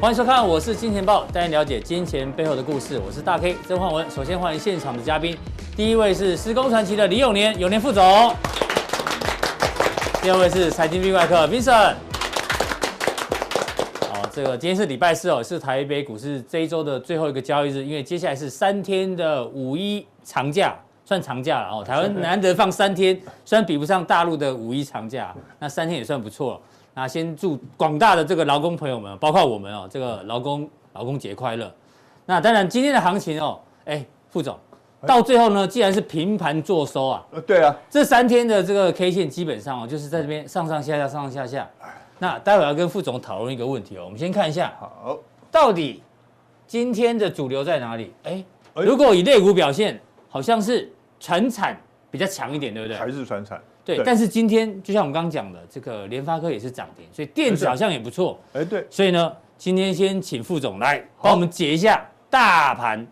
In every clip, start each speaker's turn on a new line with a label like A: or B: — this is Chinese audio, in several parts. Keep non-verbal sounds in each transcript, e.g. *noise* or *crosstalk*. A: 欢迎收看，我是金钱豹，带您了解金钱背后的故事。我是大 K 曾焕文。首先欢迎现场的嘉宾，第一位是施工传奇的李永年，永年副总；第二位是财经 B 外客 Vincent。好，这个今天是礼拜四哦，是台北股市这一周的最后一个交易日，因为接下来是三天的五一长假，算长假了哦。台湾难得放三天，虽然比不上大陆的五一长假，那三天也算不错了。那先祝广大的这个劳工朋友们，包括我们哦，这个劳工劳工节快乐。那当然，今天的行情哦，哎，副总，到最后呢，既然是平盘做收啊，
B: 呃，对啊，
A: 这三天的这个 K 线基本上哦，就是在这边上上下下上上下下。那待会儿要跟副总讨论一个问题哦，我们先看一下
B: 好，
A: 到底今天的主流在哪里？哎，
B: 哎
A: 如果以类股表现，好像是船产比较强一点，对不对？
B: 还是船产，
A: 对，但是今天就像我们刚刚讲的，这个联发科也是涨停，所以电子好像也不错。
B: 哎对，
A: 所以呢，今天先请副总来帮我们解一下大盘，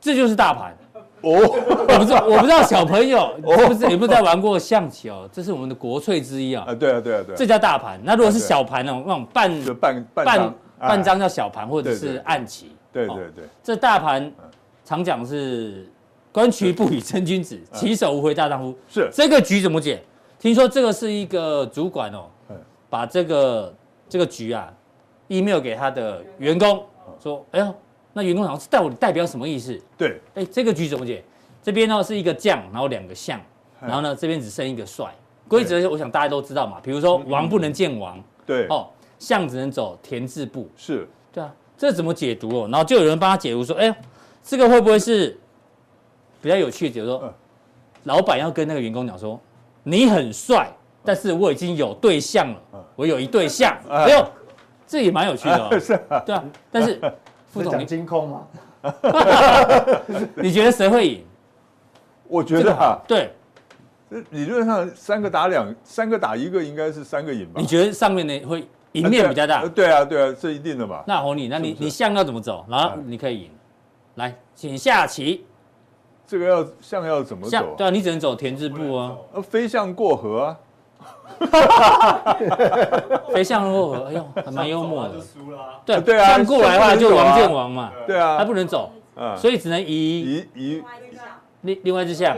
A: 这就是大盘。
B: 哦，
A: 我不知道，我不知道小朋友
B: 哦
A: 是不是有没有在玩过象棋哦？这是我们的国粹之一啊，
B: 啊对啊对啊对啊，
A: 这叫大盘。那如果是小盘那种那种半
B: 就半半
A: 半
B: 张
A: 半，
B: 哎
A: 张叫小盘，或者
B: 对
A: 是
B: 对
A: 暗棋。
B: 对嗯
A: 哦
B: 对对，
A: 这大盘常讲是观其不语真
B: 嗯
A: 君子，其手无回大丈夫。
B: 是
A: 这个局怎么解？听说这个是一个主管哦
B: 嗯，
A: 把这个这个局啊，email 给他的员工，
B: 嗯
A: 说，哎呦，那员工想代我代表什么意思？
B: 对，
A: 哎，这个局怎么解？这边呢是一个将，然后两个相，
B: 嗯
A: 然后呢这边只剩一个帅。规则我想大家都知道嘛，比如说王不能见王，
B: 嗯对，
A: 哦，象只能走田字步，
B: 是
A: 对啊，这怎么解读哦？然后就有人帮他解读说，哎，这个会不会是比较有趣的解读说？
B: 嗯
A: 老板要跟那个员工讲说，你很帅，但是我已经有对象了，
B: 嗯
A: 我有一对象。
B: 哎
A: 哎呦，这也蛮有趣的哦。
B: *laughs* 是啊，
A: 对啊，但是副
C: 是
A: 总
C: 讲，金控吗？
A: 你你觉得谁会赢？
B: 我觉得哈，
A: 对，
B: 这理论上三个打两，三个打一个，应该是三个赢吧？
A: 你觉得上面的会赢面比较大
B: 嗯呃？对啊对啊，这一定的嘛，
A: 那红你，那你
B: 是不是嗯
A: 你象要怎么走？然后你可以赢。来，请下棋，
B: 这个要象要怎么
A: 象
B: 走
A: 对？啊，你只能走田字步啊，
B: 呃，飞象过河啊，
A: 飞象若河，哎呦，还蛮幽默的。
C: 输了。
A: 对
B: 啊对啊
A: 象过来的话
B: 象不能
A: 就
B: 走啊
A: 王见王嘛，
B: 对啊
A: 他，不能走，
B: 嗯，
A: 所以只能移
B: 移移
A: 另另外一只象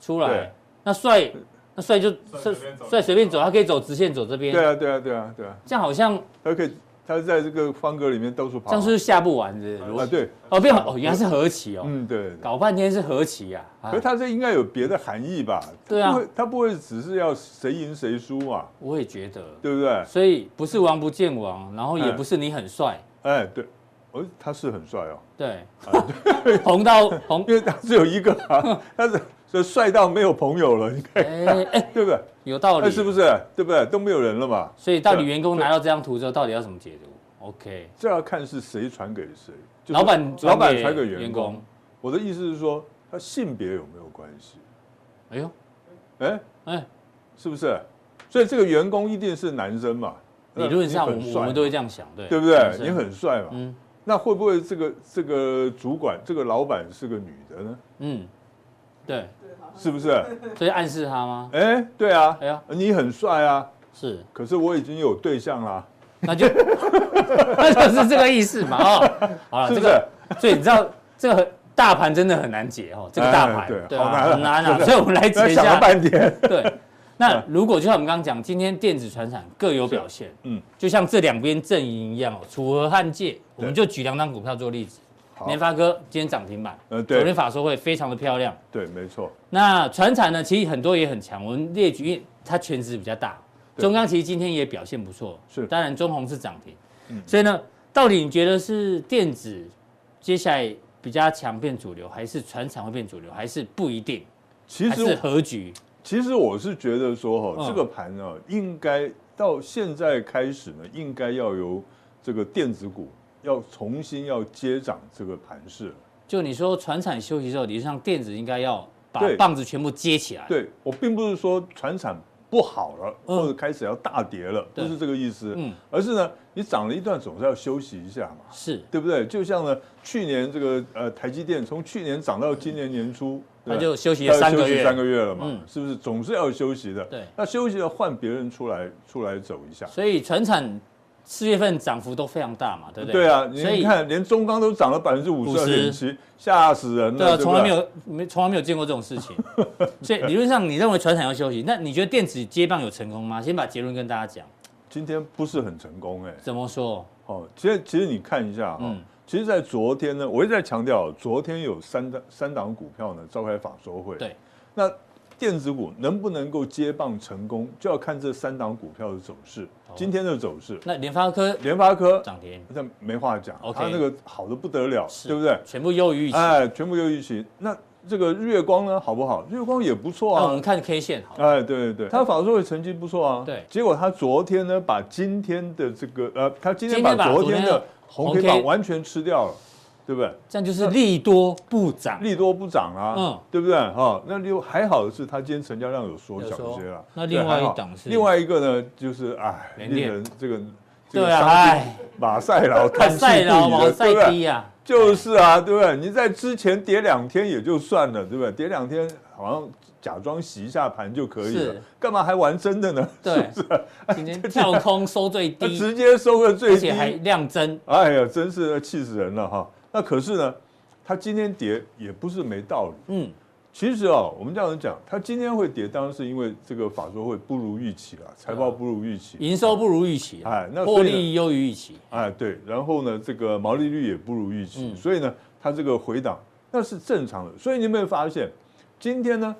A: 出来
B: 对。嗯
A: 那帅，那帅就
C: 帅随便走
A: 帅随便走，他可以走直线走这边，
B: 对啊对啊对啊对啊，
A: 这样好像
B: 他可以，他在这个方格里面到处
A: 这
B: 跑
A: 样是不是下不完的逻
B: 啊，
A: 辑。
B: 对，
A: 哦，变好哦，原来是和棋哦，
B: 嗯对。对
A: 搞半天是和棋啊。哎
B: 可是他这应该有别的含义吧？
A: 对啊
B: 他不会他不会只是要谁赢谁输嘛，
A: 我也觉得，
B: 对不对？
A: 所以不是王不见王，然后也
B: 嗯
A: 不是你很帅，
B: 哎，对，哦，他是很帅哦，
A: 对， *laughs* 红到
B: *laughs*
A: 红，
B: 因为他只有一个
A: *laughs*
B: 啊，他是所以帅到没有朋友了，你看
A: 哎哎，
B: 对不对？
A: 有道
B: 那
A: 理，
B: 是不是？对不对？都没有人了嘛，
A: 所以到底
B: 对
A: 员工拿到这张图之后，到底要怎么解读？OK，
B: 这要看是谁传给谁。就是
A: 老板
B: 老板
A: 给
B: 传给员工，。我的意思是说，他性别有没有关系？
A: 哎呦，
B: 哎，
A: 哎，
B: 是不是？所以这个员工一定是男生嘛？
A: 理论
B: 你
A: 上我
B: 很
A: 们
B: 帅
A: 我们都会这样想，对
B: 对不对？
A: 是
B: 你很帅嘛？
A: 嗯
B: 那会不会这个这个主管这个老板是个女的呢？
A: 嗯，对，
B: 是
A: *laughs*
B: 不是？
A: 所以暗示他吗？
B: 哎，对啊，
A: 哎呀，
B: 你很帅啊，
A: 是，
B: 可是我已经有对象啦，
A: 那
B: *laughs*
A: 就那就是这个意思嘛哦。好了，
B: 是不是？
A: 这个，所以你知道这个大盘真的很难解哦，这个大
B: 哎
A: 盘
B: 对
A: 吧
B: 好难啊
A: 很难啊，所以我们来
B: 那
A: 解一
B: 想了
A: 下。
B: 半
A: *laughs*
B: 天， *laughs*
A: 对，那如果就像我们刚刚讲，今天电子船产各有表现，嗯
B: 嗯，
A: 就像这两边阵营一样哦，楚河汉界，我们就举两张股票做例子。
B: 好
A: 联发科今天涨停板，
B: 呃对
A: 昨天法说会非常的漂亮。
B: 对，没错，
A: 那船产呢，其实很多也很强，我们列举，因为它全值比较大。
B: 对
A: 中钢其实今天也表现不错，
B: 是嗯
A: 当然中红是涨停，所以呢，到底你觉得是电子接下来比较强变主流，还是船产会变主流，还是不一定，
B: 其
A: 还是
B: 实
A: 和局？
B: 其实我是觉得说
A: 嗯
B: 哈，这个盘呢，应该到现在开始呢，应该要由这个电子股要重新要接掌这个盘势了。
A: 就你说船产休息之后，理论上电子应该要把
B: 对
A: 棒子全部接起来。
B: 对我并不是说船产不好了，
A: 嗯
B: 或者开始要大跌了，不
A: 对
B: 是这个意思，
A: 嗯
B: 而是呢，你涨了一段总是要休息一下嘛，
A: 是，
B: 对不对？就像呢，去年这个呃台积电从去年涨到今年年初，对
A: 那
B: 吧
A: 就休息
B: 它
A: 了
B: 要
A: 三个
B: 休息
A: 月。
B: 三个月了嘛，
A: 嗯
B: 是不是？总是要休息的。
A: 对
B: 那休息了换别人出来出来走一下，
A: 所以船产四月份涨幅都非常大嘛，对不对？
B: 对啊，
A: 所
B: 你
A: 以
B: 看连中钢都涨了百分之五十二点七，吓死人了。
A: 对啊，从来没
B: 有。
A: 有没从来没有见过这种事情。 *laughs* 所以理论上，你认为船产要休息，那你觉得电子接棒有成功吗？先把结论跟大家讲，
B: 今天不是很成功哎、
A: 怎么说？
B: 哦，其实其实你看一下哈、
A: 嗯
B: 其实，在昨天呢，我一直在强调，昨天有三档三档股票呢召开法说会。
A: 对，
B: 那电子股能不能够接棒成功，就要看这三档股票的走势。今天的走势，
A: 那联发科
B: 联发科
A: 涨停，
B: 那没话讲，
A: OK
B: 它那个好的不得了，
A: 是
B: 对不对？
A: 全部优于预期。
B: 哎，全部又一起。那这个日月光呢，好不好？日月光也不错
A: 那我
B: 啊
A: 们。看 K 线好了，
B: 哎，对对对，他法说会成绩不错啊。
A: 对
B: 结果他昨天呢，把今天的这个呃，他今天
A: 今天把
B: 把昨天
A: 昨天
B: 的
A: 的
B: 红
A: 红 K
B: 黑板完全吃掉了，对不对？
A: 这样就是利多不涨，
B: 利多不涨啊，
A: 嗯
B: 对不对？哈，那就还好的是，它今天成交量有缩小
A: 有
B: 一
A: 缩
B: 些了。
A: 哦那
B: 对
A: 另外
B: 还好
A: 一档是
B: 另外一个呢，就是哎，
A: 联
B: 令
A: 电
B: 人这个这个
A: 对啊，
B: 伤
A: 哎，
B: 心马赛劳
A: 看 *laughs*
B: 叹气
A: 赛劳
B: 不已
A: 毛
B: 的，对不
A: 赛
B: 对？
A: 低啊，
B: 就是啊，对不对？你在之前跌两天也就算了，对不对？跌两天好像假装洗一下盘就可以了
A: 是，
B: 干嘛还玩真的呢？
A: 对，今天跳空收最
B: *laughs* 他
A: 低，
B: 直接收个
A: 而
B: 最低
A: 且，还量增，
B: 哎呀，真是气死人了哈！那可是呢，它今天跌也不是没道理。
A: 嗯，
B: 其实啊，我们这样讲，它今天会跌，当然是因为这个法说会不如预期了，财报不如预期，
A: 营收不如预期啊，
B: 哎，那
A: 嗯获
B: 所以呢
A: 利优于预期，啊
B: 哎，对，然后呢，这个毛利率也不如预期，
A: 嗯
B: 所以呢，它这个回档那是正常的。所以你有没有发现，今天呢，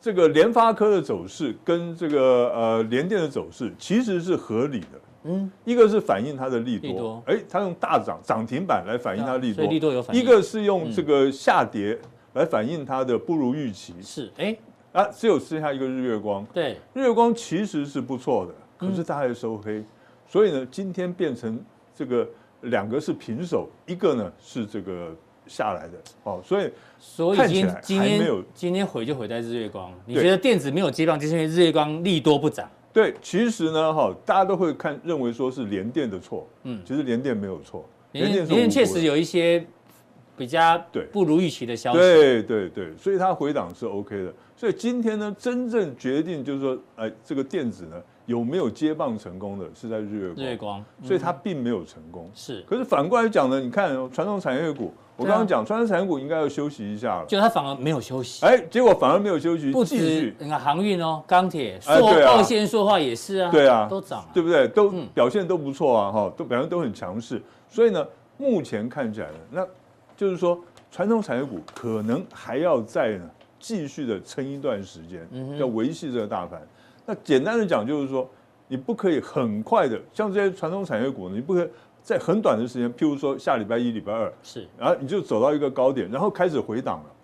B: 这个联发科的走势跟这个呃联电的走势其实是合理的。
A: 嗯，
B: 一个是反映它的利
A: 利
B: 多
A: 多，啊
B: 哎，它用大涨涨停板来反映它利
A: 所
B: 多
A: 以，利多有反应。嗯
B: 一个是用这个下跌来反映它的不如预期
A: 是，哎，
B: 啊，只有剩下一个日月光，
A: 对，
B: 日月光其实是不错的，
A: 嗯
B: 可是它还收黑，所以呢，今天变成这个两个是平手，一个呢是这个下来的哦，所以
A: 所以
B: 看起
A: 今
B: 来
A: 今
B: 还没有
A: 天今天毁就毁在日月光。你
B: 对
A: 觉得电子没有接棒，就是因为日月光利多不涨，
B: 对，其实呢哈，大家都会看认为说是联电的错，嗯
A: 嗯，
B: 其实联电没有错，
A: 联
B: 电
A: 电
B: 是
A: 联
B: 无辜
A: 电
B: 的
A: 确实有一些比较
B: 对
A: 不如预期的消息，
B: 对对对，所以它回档是 OK 的。所以今天呢，真正决定就是说，哎，这个电子呢有没有接棒成功的，是在日月
A: 日月
B: 光，
A: 光
B: 所以它并没有成功。
A: 是，
B: 可是反过来讲呢，你看哦传统产业股，我
A: 对
B: 刚
A: 啊
B: 刚讲传统产业股应该要休息一下了，
A: 就它反而没有休息。
B: 哎，结果反而没有休息，
A: 不
B: 继
A: 止
B: 续，
A: 你看航运哦，钢铁、
B: 哎
A: 塑
B: 对啊
A: 二线、塑化也是啊，
B: 对啊
A: 都涨啊。
B: 对不对？都
A: 嗯
B: 表现都不错啊，哈，都表现都很强势。所以呢，目前看起来呢，那就是说传统产业股可能还要再呢继续的撑一段时间，
A: 嗯
B: 要维系这个大盘。那简单的讲就是说，你不可以很快的，像这些传统产业股，你不可以在很短的时间，譬如说下礼拜一、礼拜二，
A: 是
B: 然后你就走到一个高点，然后开始回档了。
A: 哦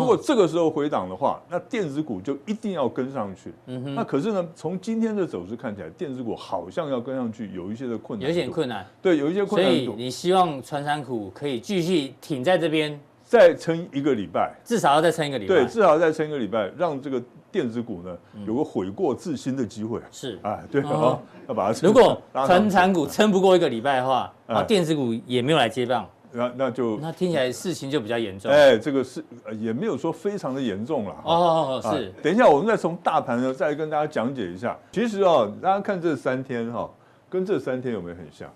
B: 如果这个时候回档的话，那电子股就一定要跟上去。
A: 嗯
B: 那可是呢，从今天的走势看起来，电子股好像要跟上去有一些的困难，
A: 有一点，困难，
B: 对，有一些
A: 所
B: 困难
A: 以
B: 度，
A: 你希望传产股可以继续挺在这边，
B: 再撑一个礼拜，
A: 至少要再撑一个礼拜。
B: 对，至少再撑一个礼拜，让这个电子股呢有个悔过自新的机会。
A: 是。
B: 哎，对
A: 嗯
B: 啊，要把它
A: 如果
B: 拉上
A: 传
B: 去
A: 产股撑不过一个礼拜的话，
B: 哎
A: 然后电子股也没有来接棒，
B: 那那就
A: 那听起来事情就比较严重。
B: 哎，这个是呃也没有说非常的严重了。哈
A: 哦，
B: 啊
A: 是，
B: 等一下，我们再从大盘呢，再跟大家讲解一下。其实哦，大家看这三天哈、跟这三天有没有很像？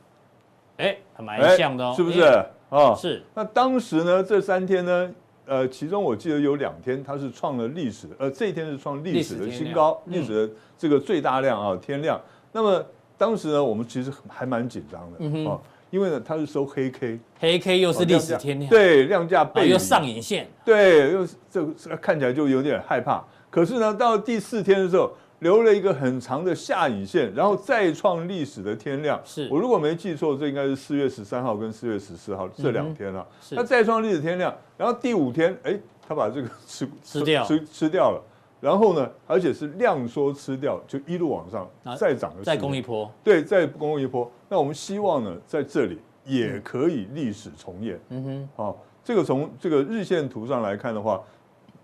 A: 哎，还蛮
B: 哎，
A: 像的哦，
B: 是不是
A: 哎？
B: 啊？
A: 是，
B: 那当时呢，这三天呢，呃，其中我记得有两天它是创了历史，呃，这一天是创历史的
A: 历史天
B: 新
A: 量嗯
B: 高，历史的这个最大量啊天量。那么当时呢，我们其实还蛮紧张的啊，因为呢它是收黑 K，
A: 黑 K 嗯又是
B: 哦
A: 历
B: 量
A: 史
B: 价
A: 天量，
B: 对，量价
A: 啊
B: 背
A: 又
B: 离
A: 上影线，
B: 对，又是这个看起来就有点害怕。可是呢，到第四天的时候，留了一个很长的下影线，然后再创历史的天量。
A: 是
B: 我如果没记错，这应该是四月十三号跟四月十四号这两天了。
A: 是
B: 它再创历史天量，然后第五天，哎，它把这个吃
A: 吃掉
B: 吃吃掉了。然后呢，而且是量缩吃掉，就一路往上
A: 啊，
B: 再涨了。
A: 再攻一波，
B: 对，再攻一波。那我们希望呢，在这里也可以历史重演。
A: 嗯哼，
B: 好，这个从这个日线图上来看的话，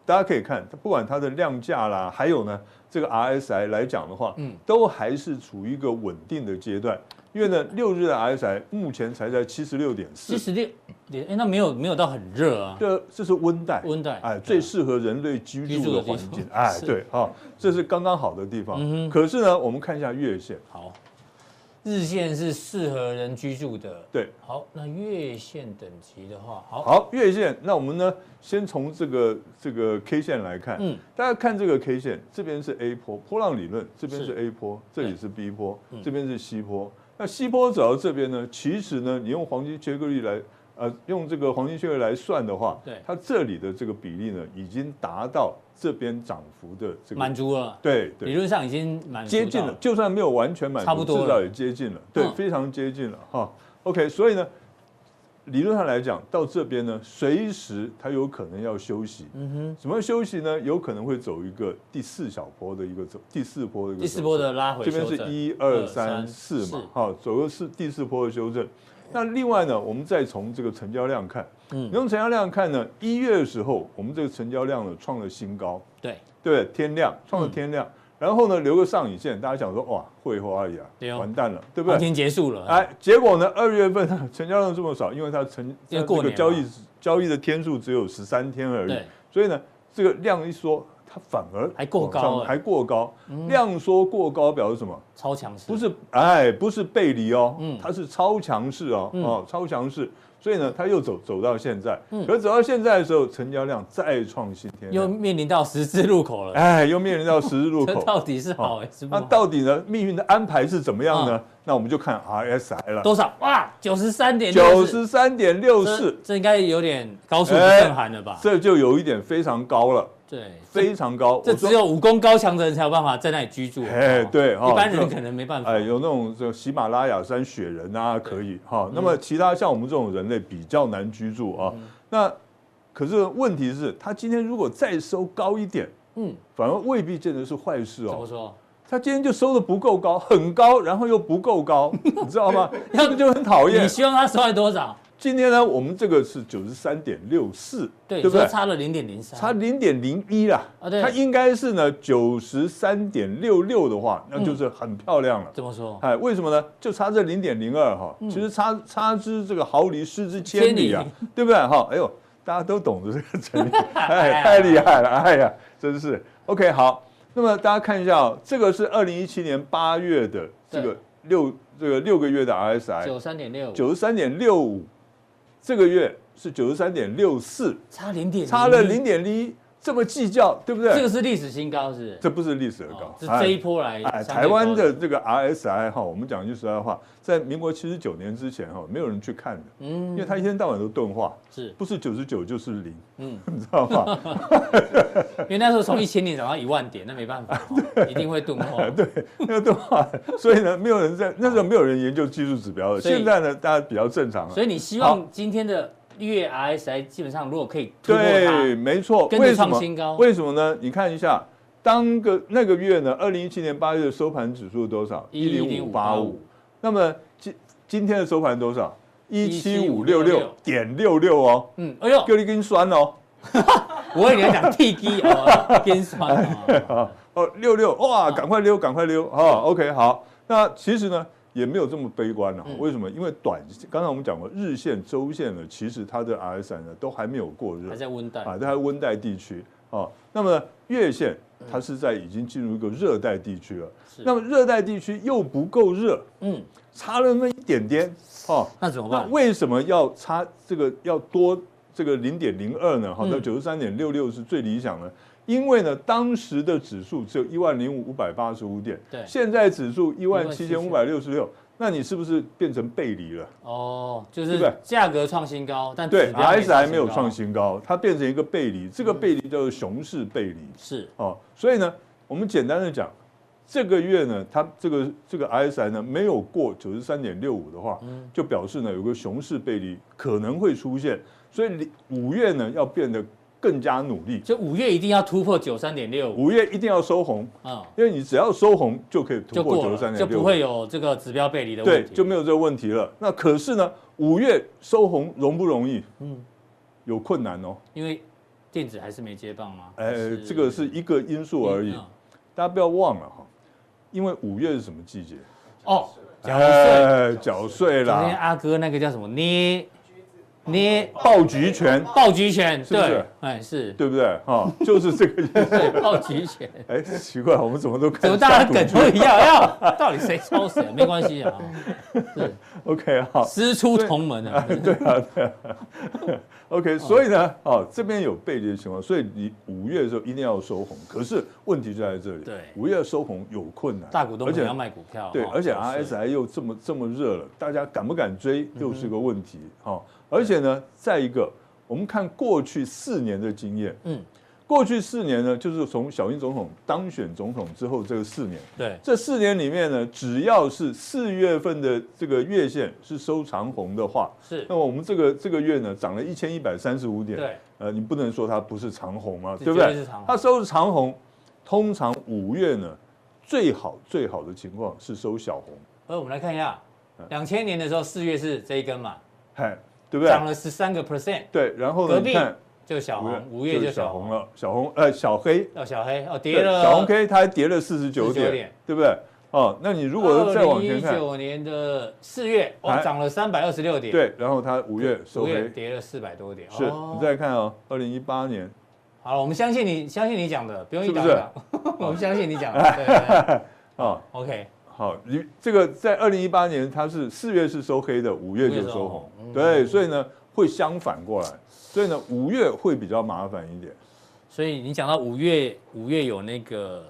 B: 大家可以看，它不管它的量价啦，还有呢这个 RSI 来讲的话，嗯，都还是处于一个稳定的阶段。因为呢，六日的 RSI 目前才在七十六点四，
A: 七十六点，哎，那没有没有到很热啊，
B: 这这是温带，
A: 温带嗯
B: 哎，
A: 对
B: 最适合人类居
A: 居
B: 住的
A: 住的
B: 环
A: 地方
B: 境，哎，
A: 是嗯
B: 对，哈，这是刚刚好的地方。可是呢，我们看一下月线，
A: 好，日线是适合人居住的。
B: 对，
A: 好，那月线等级的话，好，
B: 好，月线，那我们呢，先从这个这个 K 线来看，
A: 嗯
B: 嗯，大家看这个 K 线，这边是 A 波波浪理论，这边是
A: 是
B: A 波，这里是 B 波
A: 嗯，
B: 这边是 C 波。那 C 波走到这边呢，其实呢，你用黄金切割率来，呃，用这个黄金切割率来算的话，
A: 对
B: 它这里的这个比例呢，已经达到这边涨幅的这
A: 满
B: 个，
A: 足了，
B: 对
A: 理
B: 对，
A: 论上已经满足到
B: 接近了，，就算没有完全满
A: 差不
B: 足，
A: 多
B: 至少
A: 了
B: 也接近了，对，
A: 嗯
B: 非常接近了哈。OK，所以呢，理论上来讲，到这边呢，随时它有可能要休息。
A: 嗯哼，
B: 什么休息呢？有可能会走一个第四小波的一个走，第四波的一个
A: 第四波的拉回
B: 走势，这边
A: 修正，
B: 是一
A: 二
B: 二
A: 三
B: 三四嘛
A: 四，
B: 好，左右是第四波的修正。那另外呢，我们再从这个成交量看，
A: 嗯
B: 你用成交量看呢，一月的时候，我们这个成交量呢创了新高，
A: 对，
B: 对不对？天量
A: 嗯
B: 创了天量，然后呢留个上影线，大家想说哇，会后而已
A: 对
B: 啊，
A: 哦
B: 完蛋了，对不
A: 当
B: 对？
A: 天结束了，
B: 哎，结果呢，二月份 *laughs* 呢成交量这么少，因为它成
A: 因为
B: 它
A: 过
B: 这个
A: 年嘛
B: 交易交易的天数只有十三天而已
A: 对，，
B: 所以呢，这个量一缩，它反而
A: 还过高
B: 往上
A: 哎
B: 还过高。量缩过高表示什么？
A: 超强势，
B: 不是，哎，不是背离哦，
A: 嗯
B: 它是超强势哦，
A: 嗯
B: 哦，超强势。所以呢，它又走走到现在，
A: 嗯
B: 可是走到现在的时候，成交量再创新天
A: 又
B: 量，
A: 面临到十字路口了，
B: 哎，又面临到十字路
A: 这 *laughs*
B: 口。哦
A: 到底是好还是不
B: 那
A: 好？啊
B: 到底呢，命运的安排是怎么样呢？那我们就看 RSI 了，
A: 多少？哇，九十三点
B: 九十三点六四，
A: 这应该有点高速不胜寒了吧？
B: 这就有一点非常高了，
A: 对，
B: 非常高。
A: 这
B: 我说
A: 只有武功高强的人才有办法在那里居住。
B: 哎
A: 哦
B: 对哦
A: 一般人
B: 这
A: 可能没办法
B: 哎，。有那种这喜马拉雅山雪人啊，可以
A: 嗯
B: 哈。那么其他像我们这种人类比较难居住啊。那可是问题是，它今天如果再收高一点，
A: 嗯，
B: 反而未必见得是坏事
A: 怎么
B: 哦。
A: 说？
B: 它今天就收的不够高，很高，然后又不够
A: *laughs*
B: 高，你知道吗？
A: 要
B: 这个就很讨
A: 你
B: 厌。
A: 希望他收在多少？
B: 今天呢，我们这个是九十三点六四，
A: 对，
B: 不
A: 你
B: 对
A: 说？差了零点零三，
B: 差零点零一啦，
A: 啊对
B: 它应该是呢九十三点六六的话，
A: 嗯
B: 那就是很漂亮了。
A: 怎么说？
B: 哎，为什么呢？就差这零点零二哈，
A: 嗯
B: 其实差差之这个毫厘，失之千里啊，对不对哈？哎呦，大家都懂得这个成
A: *laughs*
B: 语，哎，太厉害了，哎呀，真是 OK 好。那么大家看一下哦，这个是二零一七年八月的这个六这个六个月的 RSI，
A: 九三点六，
B: 哎九十三点六五，这个月是九十三点六四，
A: 差零点，
B: 差了零，点零一，这么计较，对不对？
A: 这个是历史新高，是
B: 这不是历史的
A: 不是？
B: 高
A: 哦，是
B: 哎
A: 这一波来
B: 哎，
A: 相对
B: 台湾
A: 高
B: 的，这个 RSI 哈，我们讲句实在话，在民国七十九年之前哈，没有人去看的，因为
A: 嗯，
B: 它一天到晚都钝化，
A: 是，
B: 不是九十九就是零，
A: 嗯，
B: *laughs* 你知道吗？
A: 因为那时候从一千点涨到一万点，那没办
B: *laughs*
A: 法，哦一定会钝化。
B: 对，那个钝化，所以呢，没有人在那时候没有人研究技术指标的，
A: 所以
B: 现在呢，大家比较正常了
A: 所。以你希望今天的月 RSI 基本上如果可以突破
B: 对，
A: 它，
B: 没错，
A: 跟着
B: 为什
A: 创
B: 么？
A: 新高，
B: 为什么呢？你看一下，当个那个月呢，二零一七年八月的收盘指数多少？
A: 10585。
B: 那么今今天的收盘多少？一七五六
A: 17566
B: 六点六六哦，
A: 嗯，哎呦，
B: 给你跟酸哦，
A: 我以为你要讲 T G
B: *laughs*
A: 哦，边酸哦，
B: 啊哦六六哇，赶快溜，赶快溜
A: 嗯
B: 啊！OK 好，那其实呢也没有这么悲观了、哦
A: 嗯
B: 为什么？因为短，刚才我们讲过日线、周线呢，其实它的 RSI 呢都还没有过热
A: 还，在温带，
B: 啊，在温带地区啊。那么月线它是在已经进入一个热带地区了，
A: 嗯是
B: 那么热带地区又不够热，
A: 嗯，
B: 差了那么一点点哦。
A: 那怎么
B: 那
A: 办？
B: 为什么要差这个要多这个零点零二呢？哈，到
A: 嗯
B: 九十三点六六是最理想的。因为呢，当时的指数只有一万零五百八十五点，
A: 对
B: 现在指数一万七千五百六十六，那你是不是变成背离了？
A: 哦，就
B: 对
A: 是
B: 不对
A: 价格创新高，但
B: 对
A: 指标没
B: ，RSI 还没有
A: 高啊嗯
B: 创，新高，它变成一个背离，这个背离叫做熊市背离。
A: 是
B: 哦，所以呢，我们简单的讲，这个月呢，它这个这个 RSI 呢没有过九十三点六五的话，
A: 嗯
B: 就表示呢有个熊市背离可能会出现，所以你五月呢要变得更加努力，
A: 就五月一定要突破九三点六五，
B: 五月一定要收红，
A: 嗯，
B: 因为你只要收红就可以突
A: 就
B: 破
A: 过
B: 九十三
A: 了，就
B: 点六
A: 不会有这个指标背离的
B: 对
A: 问，题，
B: 就没有这个问题了。那可是呢，五月收红容不容易？
A: 嗯
B: 嗯，有困难哦。
A: 因为电子还是没接棒吗？还
B: 哎，这个是一个因素而已，
A: 嗯
B: 大家不要忘了哈，因为五月是什么季节？
A: 哦，缴税，
B: 哎，缴税
A: 昨天
B: 啦，
A: 阿哥那个叫什么捏捏
B: 爆菊拳，
A: 暴击拳，
B: 是不是
A: 对，哎是，
B: 对不对？哈、
A: *laughs*
B: 就是这个意思。
A: 对暴击
B: *laughs*
A: 拳，
B: 哎，奇怪，我们怎么都看
A: 怎么大家
B: 下赌
A: 的梗
B: 注
A: 都一样？要到底谁抄谁？没关系
B: *laughs*
A: 啊，
B: ？OK 哈、
A: 师出同门啊，
B: 对啊，对啊。OK，所以呢，哦，这边有背离的情况，所以你五月的时候一定要收红。可是问题就在这里，
A: 对
B: 五月收红有困难，
A: 大股东
B: 而
A: 也
B: 且
A: 要卖股票，
B: 对，
A: 哦
B: 而且
A: 是
B: RSI 又这么这么热了，大家敢不敢
A: 嗯
B: 追又是个问题哈、哦。而且呢，再一个，我们看过去四年的经验，
A: 嗯，
B: 过去四年呢，就是从小英总统当选总统之后这个四年，
A: 对，
B: 这四年里面呢，只要是四月份的这个月线是收长红的话，
A: 是
B: 那，么我们这个这个月呢，涨了一千一百三十五点。
A: 对，
B: 呃，你不能说它不是长红嘛，
A: 这
B: 对不
A: 绝对
B: 对
A: 是长红？
B: 它收是长红，通常五月呢，最好最好的情况是收小红，
A: 而我们来看一下，
B: 嗯
A: 两千年的时候四月是这一根嘛，
B: 嗨，对啊不对
A: 涨？了十三个 percent，
B: 对，然后
A: 隔
B: 呢，
A: 壁
B: 你看
A: 就小红，五月就小
B: 小
A: 红
B: 红
A: 了，
B: 了，小红呃小黑，
A: 哦小黑哦跌
B: 对，
A: 了，
B: 小红 K 它还跌了四十九
A: 49点
B: 点，对不对？哦，那你如果再往前
A: 一
B: 看，
A: 九年的四月，哇
B: 哎
A: 涨了三百二十六点，，
B: 对，然后它五月收
A: 五月
B: 黑，
A: 跌了四百多点，
B: 是
A: 哦
B: 你再看哦，二零一八年
A: 好了，我们相信你，相信你讲的，不用一
B: 是不
A: 打
B: 是
A: 两， *laughs* 我们相信你
B: *laughs*
A: 讲的。对对对
B: 啊，
A: OK，
B: 好，你这个在二零一八年它是四月是收黑的，五月就收红，嗯对，所以呢会相反过来，所以呢五月会比较麻烦一点。
A: 所以你讲到五月，五月有那个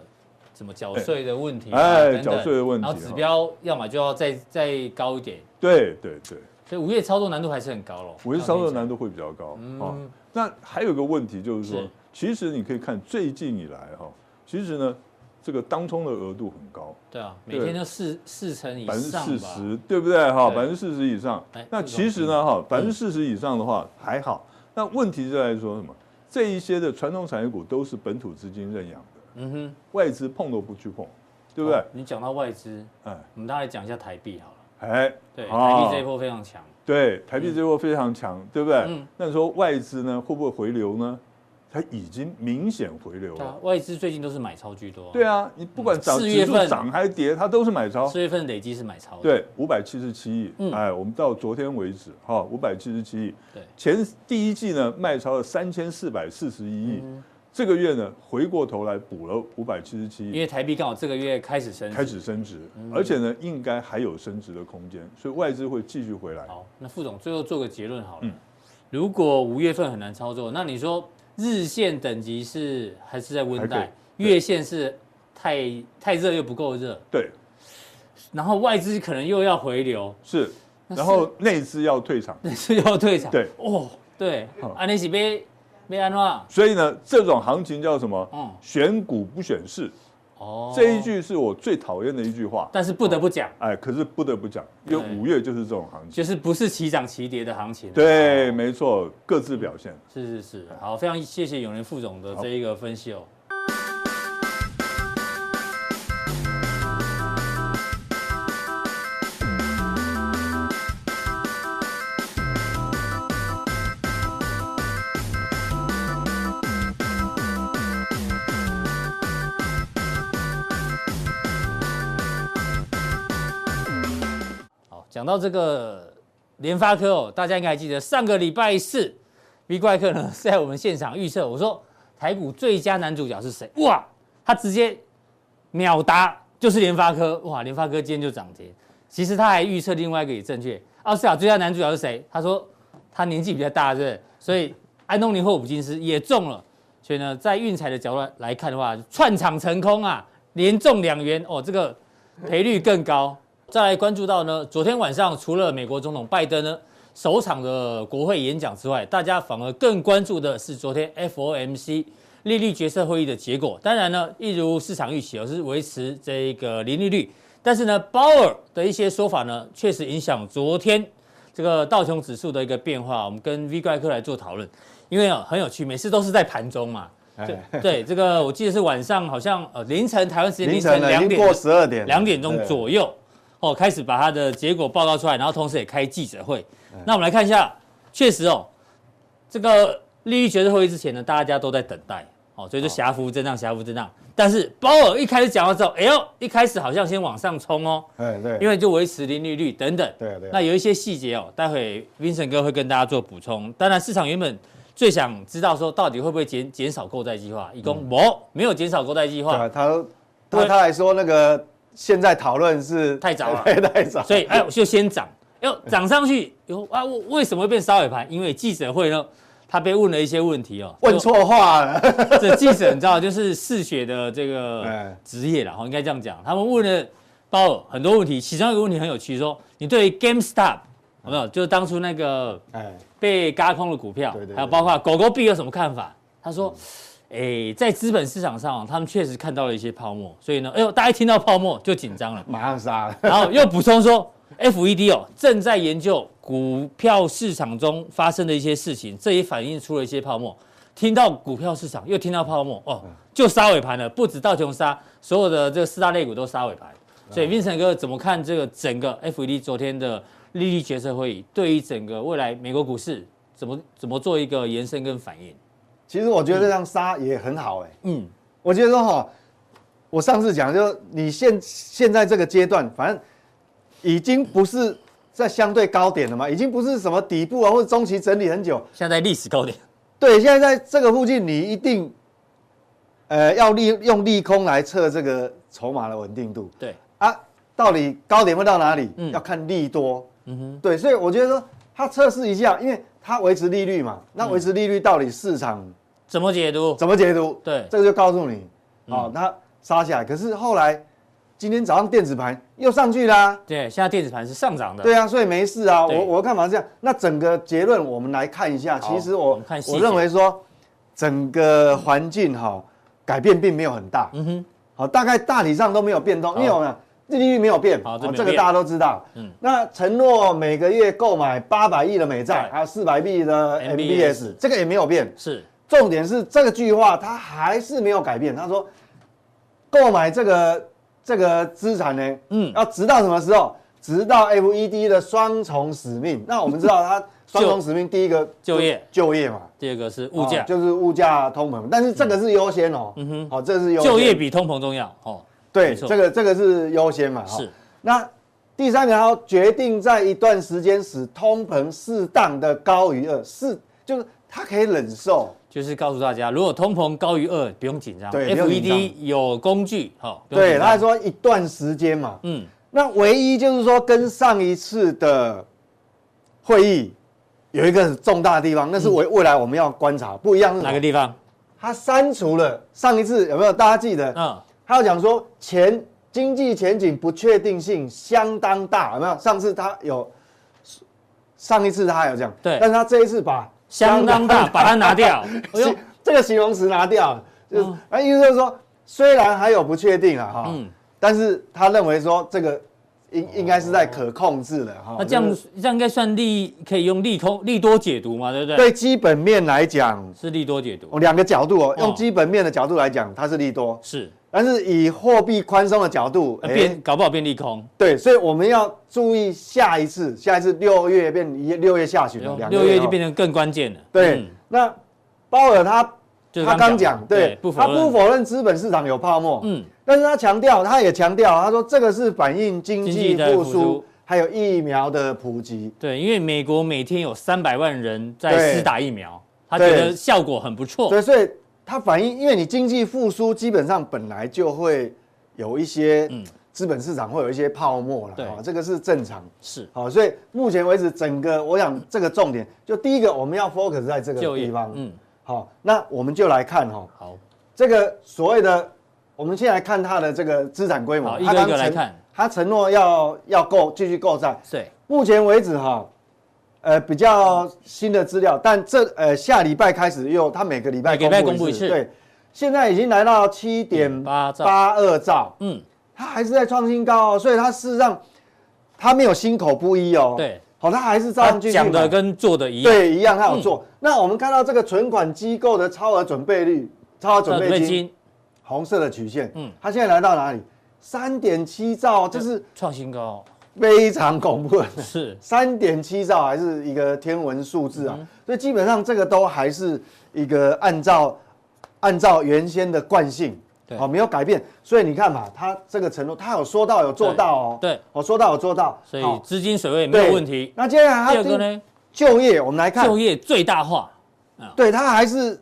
A: 怎么缴税的问题啊，
B: 哎
A: 等等
B: 缴税的问题哦
A: 然后指标要么就要再再高一点，
B: 对对对，
A: 所以五月操作难度还是很高咯。
B: 五月
A: 那
B: 稍作
A: 你讲
B: 难度会比较高啊。那还有一个问题就是说
A: 是，
B: 其实你可以看最近以来哈，其实呢这个当冲的额度很高，
A: 对啊，每
B: 对
A: 天都四四成以
B: 百分之
A: 上
B: 四
A: 吧。
B: 十，对不对哈？
A: 对
B: 百分之四十以上
A: 哎。
B: 那其实呢哈，百分之四十以上的话还好，那问题就在于说什么？这一些的传统产业股都是本土资金认养的。
A: 嗯哼，哦
B: 外资碰都不去碰，对不对
A: 好？你讲到外资，
B: 哎
A: 我们大概讲一下台币好了。
B: 哎，
A: 对，
B: 啊
A: 台币这一波非常强，
B: 对，台币这波非常强，对不对
A: 嗯？
B: 那时候外资呢会不会回流呢？它已经明显回流
A: 对啊
B: 了。，
A: 外资最近都是买超居多。
B: 哦对，啊，你不管涨
A: 嗯四
B: 指
A: 月
B: 数
A: 份
B: 涨还是跌，它都是买超。
A: 四月份累计是买超的。
B: 对，五百七十七亿，
A: 嗯
B: 哎，我们到昨天为止哈，五百七十七亿
A: 对，
B: 前第一季呢卖超了三千四百四十一亿，
A: 嗯
B: 这个月呢回过头来补了五百七十七亿
A: 因，为嗯台币刚好这个月开始升值，
B: 开始升值，而且呢，应该还有升值的空间，所以外资会继续回来。
A: 好，那副总最后做个结论好了。
B: 嗯
A: 如果五月份很难操作，那你说日线等级是还是在温
B: 还可
A: 带
B: 以，对
A: 月线是太太热又不够热，
B: 对，
A: 然后外资可能又要回流，
B: 是，然后内资要退场，
A: 那是要退场。
B: 对，嗯
A: 哦，对
B: 好，
A: 安利喜被被安诺，
B: 所以呢，这种行情叫什么？
A: 嗯，
B: 选股不选市，
A: 哦，
B: 这一，句是我最讨厌的一句话。
A: 但是不得不讲，
B: 哎，可是不得不讲，因为
A: 对
B: 五月就是这种行情。
A: 就是不是起涨起跌的行情。
B: 对，
A: 哦
B: 没错，各自表现。
A: 是是是，好，非常谢谢永年副总的这一个分析哦。好，讲到这个联发科哦，大家应该还记得上个礼拜四，V 怪客呢在我们现场预测，我说台股最佳男主角是谁？哇，他直接秒答就是联发科，哇，联发科今天就涨停。其实他还预测另外一个也正确，奥斯卡最佳男主角是谁？他说他年纪比较大，对不对，所以安东尼霍普金斯也中了。所以呢，在运彩的角度来看的话，串场成功啊，连中两元哦，这个赔率更高。再来关注到呢，昨天晚上除了美国总统拜登呢首场的国会演讲之外，大家反而更关注的是昨天 FOMC 利率决策会议的结果。当然呢，一如市场预期，而是维持这个零利率。但是呢，鲍尔的一些说法呢，确实影响昨天这个道琼指数的一个变化。我们跟 V 怪客来做讨论，因为啊很有趣，每次都是在盘中嘛。
C: 哎
A: 对对，这个我记得是晚上好像呃凌晨台湾时间凌
C: 凌
A: 晨
C: 晨
A: 两
C: 已经
A: 点
C: 过十二点了，
A: 两点钟
C: 对
A: 左右，哦，开始把它的结果报告出来，然后同时也开记者会。那我们来看一下，确实哦，这个利率决策会议之前呢，大家都在等待，哦，所以就狭幅震荡，狭幅震荡。但是鲍尔一开始讲完之后，哎呦，一开始好像先往上冲哦，
C: 哎对，
A: 因为就维持零利率等等。
C: 对啊对啊
A: 那有一些细节哦，待会 Vincent 哥会跟大家做补充。当然，市场原本最想知道说到底会不会减减少购债计划，以供某没有减少购债计
C: 嗯对
A: 划
C: 啊，，他对他来说那个现在讨论是
A: 太早了
C: *laughs* 对太早，
A: 所以哎，我就先涨，哟，涨上去，哟啊，我为什么会变烧尾盘？因为记者会呢，他被问了一些问题哦，
C: 问错话了，
A: 这记者你知道，就是嗜血的这个
C: 哎
A: 职业啦，哈，应该这样讲。他们问了鲍尔很多问题，其中一个问题很有趣，说你对于 GameStop 有没有，就是当初那个
C: *laughs* 哎，
A: 被嘎空的股票，
C: 对对对
A: 还有包括狗狗币有什么看法？他说，
C: 嗯
A: 哎，在资本市场上，他们确实看到了一些泡沫，所以呢，哎呦，大家一听到泡沫就紧张了。
C: 马上杀了，
A: *laughs* 然后又补充说，FED 哦正在研究股票市场中发生的一些事情，这也反映出了一些泡沫。听到股票市场，又听到泡沫，哦，就杀尾盘了，不止道琼杀，所有的这个四大类股都杀尾盘。所以，Vincent 哥怎么看这个整个 FED 昨天的利率决策会议，对于整个未来美国股市怎么怎么做一个延伸跟反应？
C: 其实我觉得这样杀也很好哎，
A: 嗯，
C: 我觉得说哈，我上次讲就是你现现在这个阶段，反正已经不是在相对高点了嘛，已经不是什么底部啊或者中期整理很久，
A: 现在历史高点，
C: 对，现在在这个附近，你一定，呃，要利用利空来测这个筹码的稳定度
A: 对，
C: 啊。到底高点会到哪里？
A: 嗯
C: 要看利多。嗯哼，对，所以我觉得说它测试一下，因为它维持利率嘛，那维持利率到底市场
A: 怎么解读？
C: 怎么解读？
A: 对
C: 这个就告诉你。哦，它杀下来，可是后来今天早上电子盘又上去啦、
A: 对，现在电子盘是上涨的，
C: 对啊，所以没事啊。
A: 对
C: 我我干嘛这样？那整个结论我们来看一下。
A: 好
C: 其实
A: 我
C: 我
A: 们看细节
C: 我认为说，整个环境哈、改变并没有很大。嗯哼，好，大概大体上都没有变动，
A: 好
C: 因为我们利率没有变，
A: 好
C: 哦
A: 这没有
C: 这个
A: 变
C: 大家都知道。嗯，那承诺每个月购买八百亿的美债，
A: 对
C: 还有四百亿的
A: MBS
C: MBS，这个也没有变。
A: 是，
C: 重点是这个句话，他还是没有改变。他说，购买这个这个资产呢，
A: 嗯
C: 嗯，要直到什么时候？直到 FED 的双重使命。那我们知
A: *laughs*
C: 道它双重使命，第一个
A: 就业
C: 就业嘛，
A: 第二个是物价
C: 哦，就是物价通膨，但是这个是优先哦，嗯哼，好，这是优先
A: 就业比通膨重要哦。没
C: 对，
A: 错
C: 这个这个是优先嘛，哈
A: 是
C: 那第三个，它要决定在一段时间使通膨适当的高于二，是就是它可以忍受，
A: 就是告诉大家，如果通膨高于二，不用紧张
C: 对不用紧张
A: ，FED 有工具，哈，不用
C: 对，
A: 紧
C: 他
A: 张
C: 还，说一段时间嘛，
A: 嗯，
C: 那唯一就是说，跟上一次的会议有一个很重大的地方，那是未未来我们要观察不一样是
A: 嗯哪
C: 哪
A: 个
C: 个？
A: 地
C: *laughs*
A: 方？
C: 他删除了上一次有没有大家记得？
A: 嗯，
C: 他要讲说前经济前景不确定性相当大，有没有？上次他有，上一次他还有讲，
A: 对
C: 但是他这一次把
A: 相当大，把它拿
C: *laughs*
A: 掉。哎呦哦
C: 是，这个形容词拿掉了，就是那意思就是说，虽然还有不确定啊哈
A: 嗯，
C: 但是他认为说这个应应该是在可控制的哈。
A: 那这样
C: 就是
A: 这样应该算利，可以用利空利多解读嘛，对不对？，
C: 对基本面来讲，
A: 是利多解读
C: 哦，两个角度哦，
A: 哦
C: 用基本面的角度来讲，它是利多，
A: 是
C: 但是以货币宽松的角度，
A: 那
C: 哎
A: 呃变搞不好变利空。
C: 对，所以我们要注意下一次，下一次六月变一六月下旬了，两个
A: 哦六月
C: 后
A: 就变成更关键了。
C: 对
A: 嗯，。
C: 那鲍尔他
A: 就是
C: 他刚讲，
A: 的
C: 对，
A: 不否
C: 他不
A: 认，
C: 否认资本市场有泡沫，
A: 嗯，
C: 但是他强调，他也强调，啊他说这个是反映经
A: 经济
C: 济
A: 的
C: 复
A: 复苏
C: 苏，还有疫苗的普及。
A: 对，因为美国每天有三百万人在
C: 对
A: 施打疫苗，他觉得
C: 对
A: 效果很不错
C: 所。以，所以它反映，因为你经济复苏基本上本来就会有一些资本市场会有一些泡沫了，
A: 嗯对
C: 哦这个是正常。
A: 是
C: 好，所以目前为止，整个我想这个重点，就第一个我们要 focus 在这个
A: 就业
C: 地方。
A: 嗯
C: 嗯，好，那我们就来看哈、哦，
A: 好，
C: 这个所谓的，我们先来看它的这个资产规模，
A: 好
C: 它
A: 一个一个
C: 刚
A: 来
C: 承
A: 看，
C: 它承诺要要购继续购债，
A: 对，
C: 目前为止哈，呃，比较新的资料，但这呃下礼拜开始又，它每个礼拜
A: 每个礼拜
C: 公布
A: 公布一
C: 一
A: 次
C: 次，对，现在已经来到七点
A: 8兆
C: 八二兆，
A: 嗯，
C: 它还是在创新高哦，所以它事实上它没有心口不一哦，
A: 对，
C: 好，它还是照
A: 他
C: 样继续
A: 讲的
C: 买
A: 跟做的一样。嗯
C: 对一样，它有做。那我们看到这个存款机构的超额准备率、超额
A: 准
C: 准备
A: 备
C: 金，
A: 金
C: 红色的曲线，
A: 嗯
C: 嗯，它现在来到哪里？三点七兆，这是
A: 创新高，
C: 非常恐怖的。
A: 是
C: 三点七兆还是
A: 嗯
C: 一个天文数字啊，所以基本上这个都还是一个按照按照原先的惯性，
A: 对
C: 哦，没有改变。所以你看嘛，他这个承诺，他有说到有做到哦，
A: 对对
C: 哦，说到有做到，
A: 所
C: 好
A: 以资金水位没有
C: 对
A: 问题。
C: 那接下来
A: 第
C: 他
A: 二个呢，
C: 就业，我们来看
A: 就，业最大化，
C: 对他还是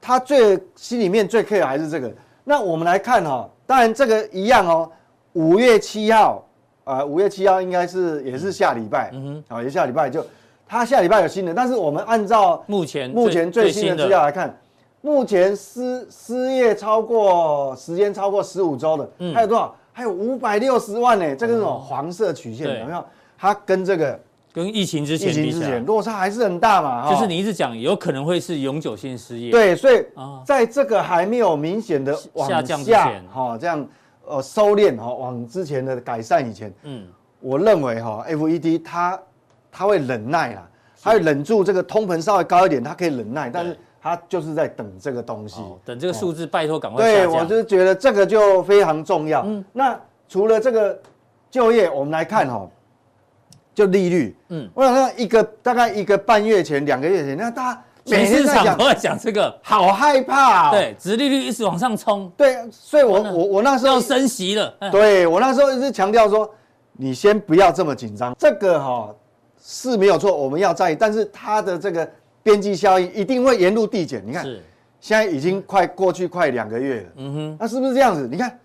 C: 他最心里面最 care 还是这个。那我们来看哈、哦，当然这个一样哦。五月七号，啊、五月七号应该是也是下礼拜，嗯哼，啊、也下礼拜就他下礼拜有新的，但是我们按照
A: 目前
C: 目前最新的资料
A: 的
C: 来看，目前失失业超过时间超过十五周的，
A: 嗯
C: 还有多少？还有五百六十万呢、这个是那种黄色曲线，
A: 对
C: 有没有？它跟这个
A: 跟疫情之
C: 疫
A: 前
C: 情
A: 比
C: 之
A: 起
C: 前
A: 来，
C: 落差还是很大嘛，哈
A: 就是你一直讲有可能会是永久性失业。，
C: 对，所以
A: 啊
C: 在这个还没有明显的往
A: 下
C: 下
A: 降之前
C: 哈、这样呃收敛哈、往之前的改善以前，
A: 嗯，
C: 我认为哈、FED 它它会忍耐啦，它会忍住这个通膨稍微高一点，它可以忍耐，但是
A: 对
C: 它就是在等这个东西。
A: 好，哦等这个数字拜托赶快下
C: 哦
A: 降。嗯
C: 对，我就是觉得这个就非常重要。那除了这个就业，我们来看哈、就利率，
A: 嗯
C: 嗯，我想到一个大概一个半月前、两个月前，那大家每
A: 全
C: 天
A: 市
C: 在
A: 场
C: 讲
A: 都，在讲这个，
C: 好害怕、哦，
A: 对，殖利率一直往上冲，
C: 对，所以我
A: 了
C: 我我那时候
A: 要，升息了。哎
C: 对我那时候一直强调说，你先不要这么紧张，这个哈、是没有错，我们要在意，但是它的这个边际效应一定会沿路递减。你看，
A: 是，
C: 现在已经快过去快两个月了，嗯哼，那是不是这样子？你看，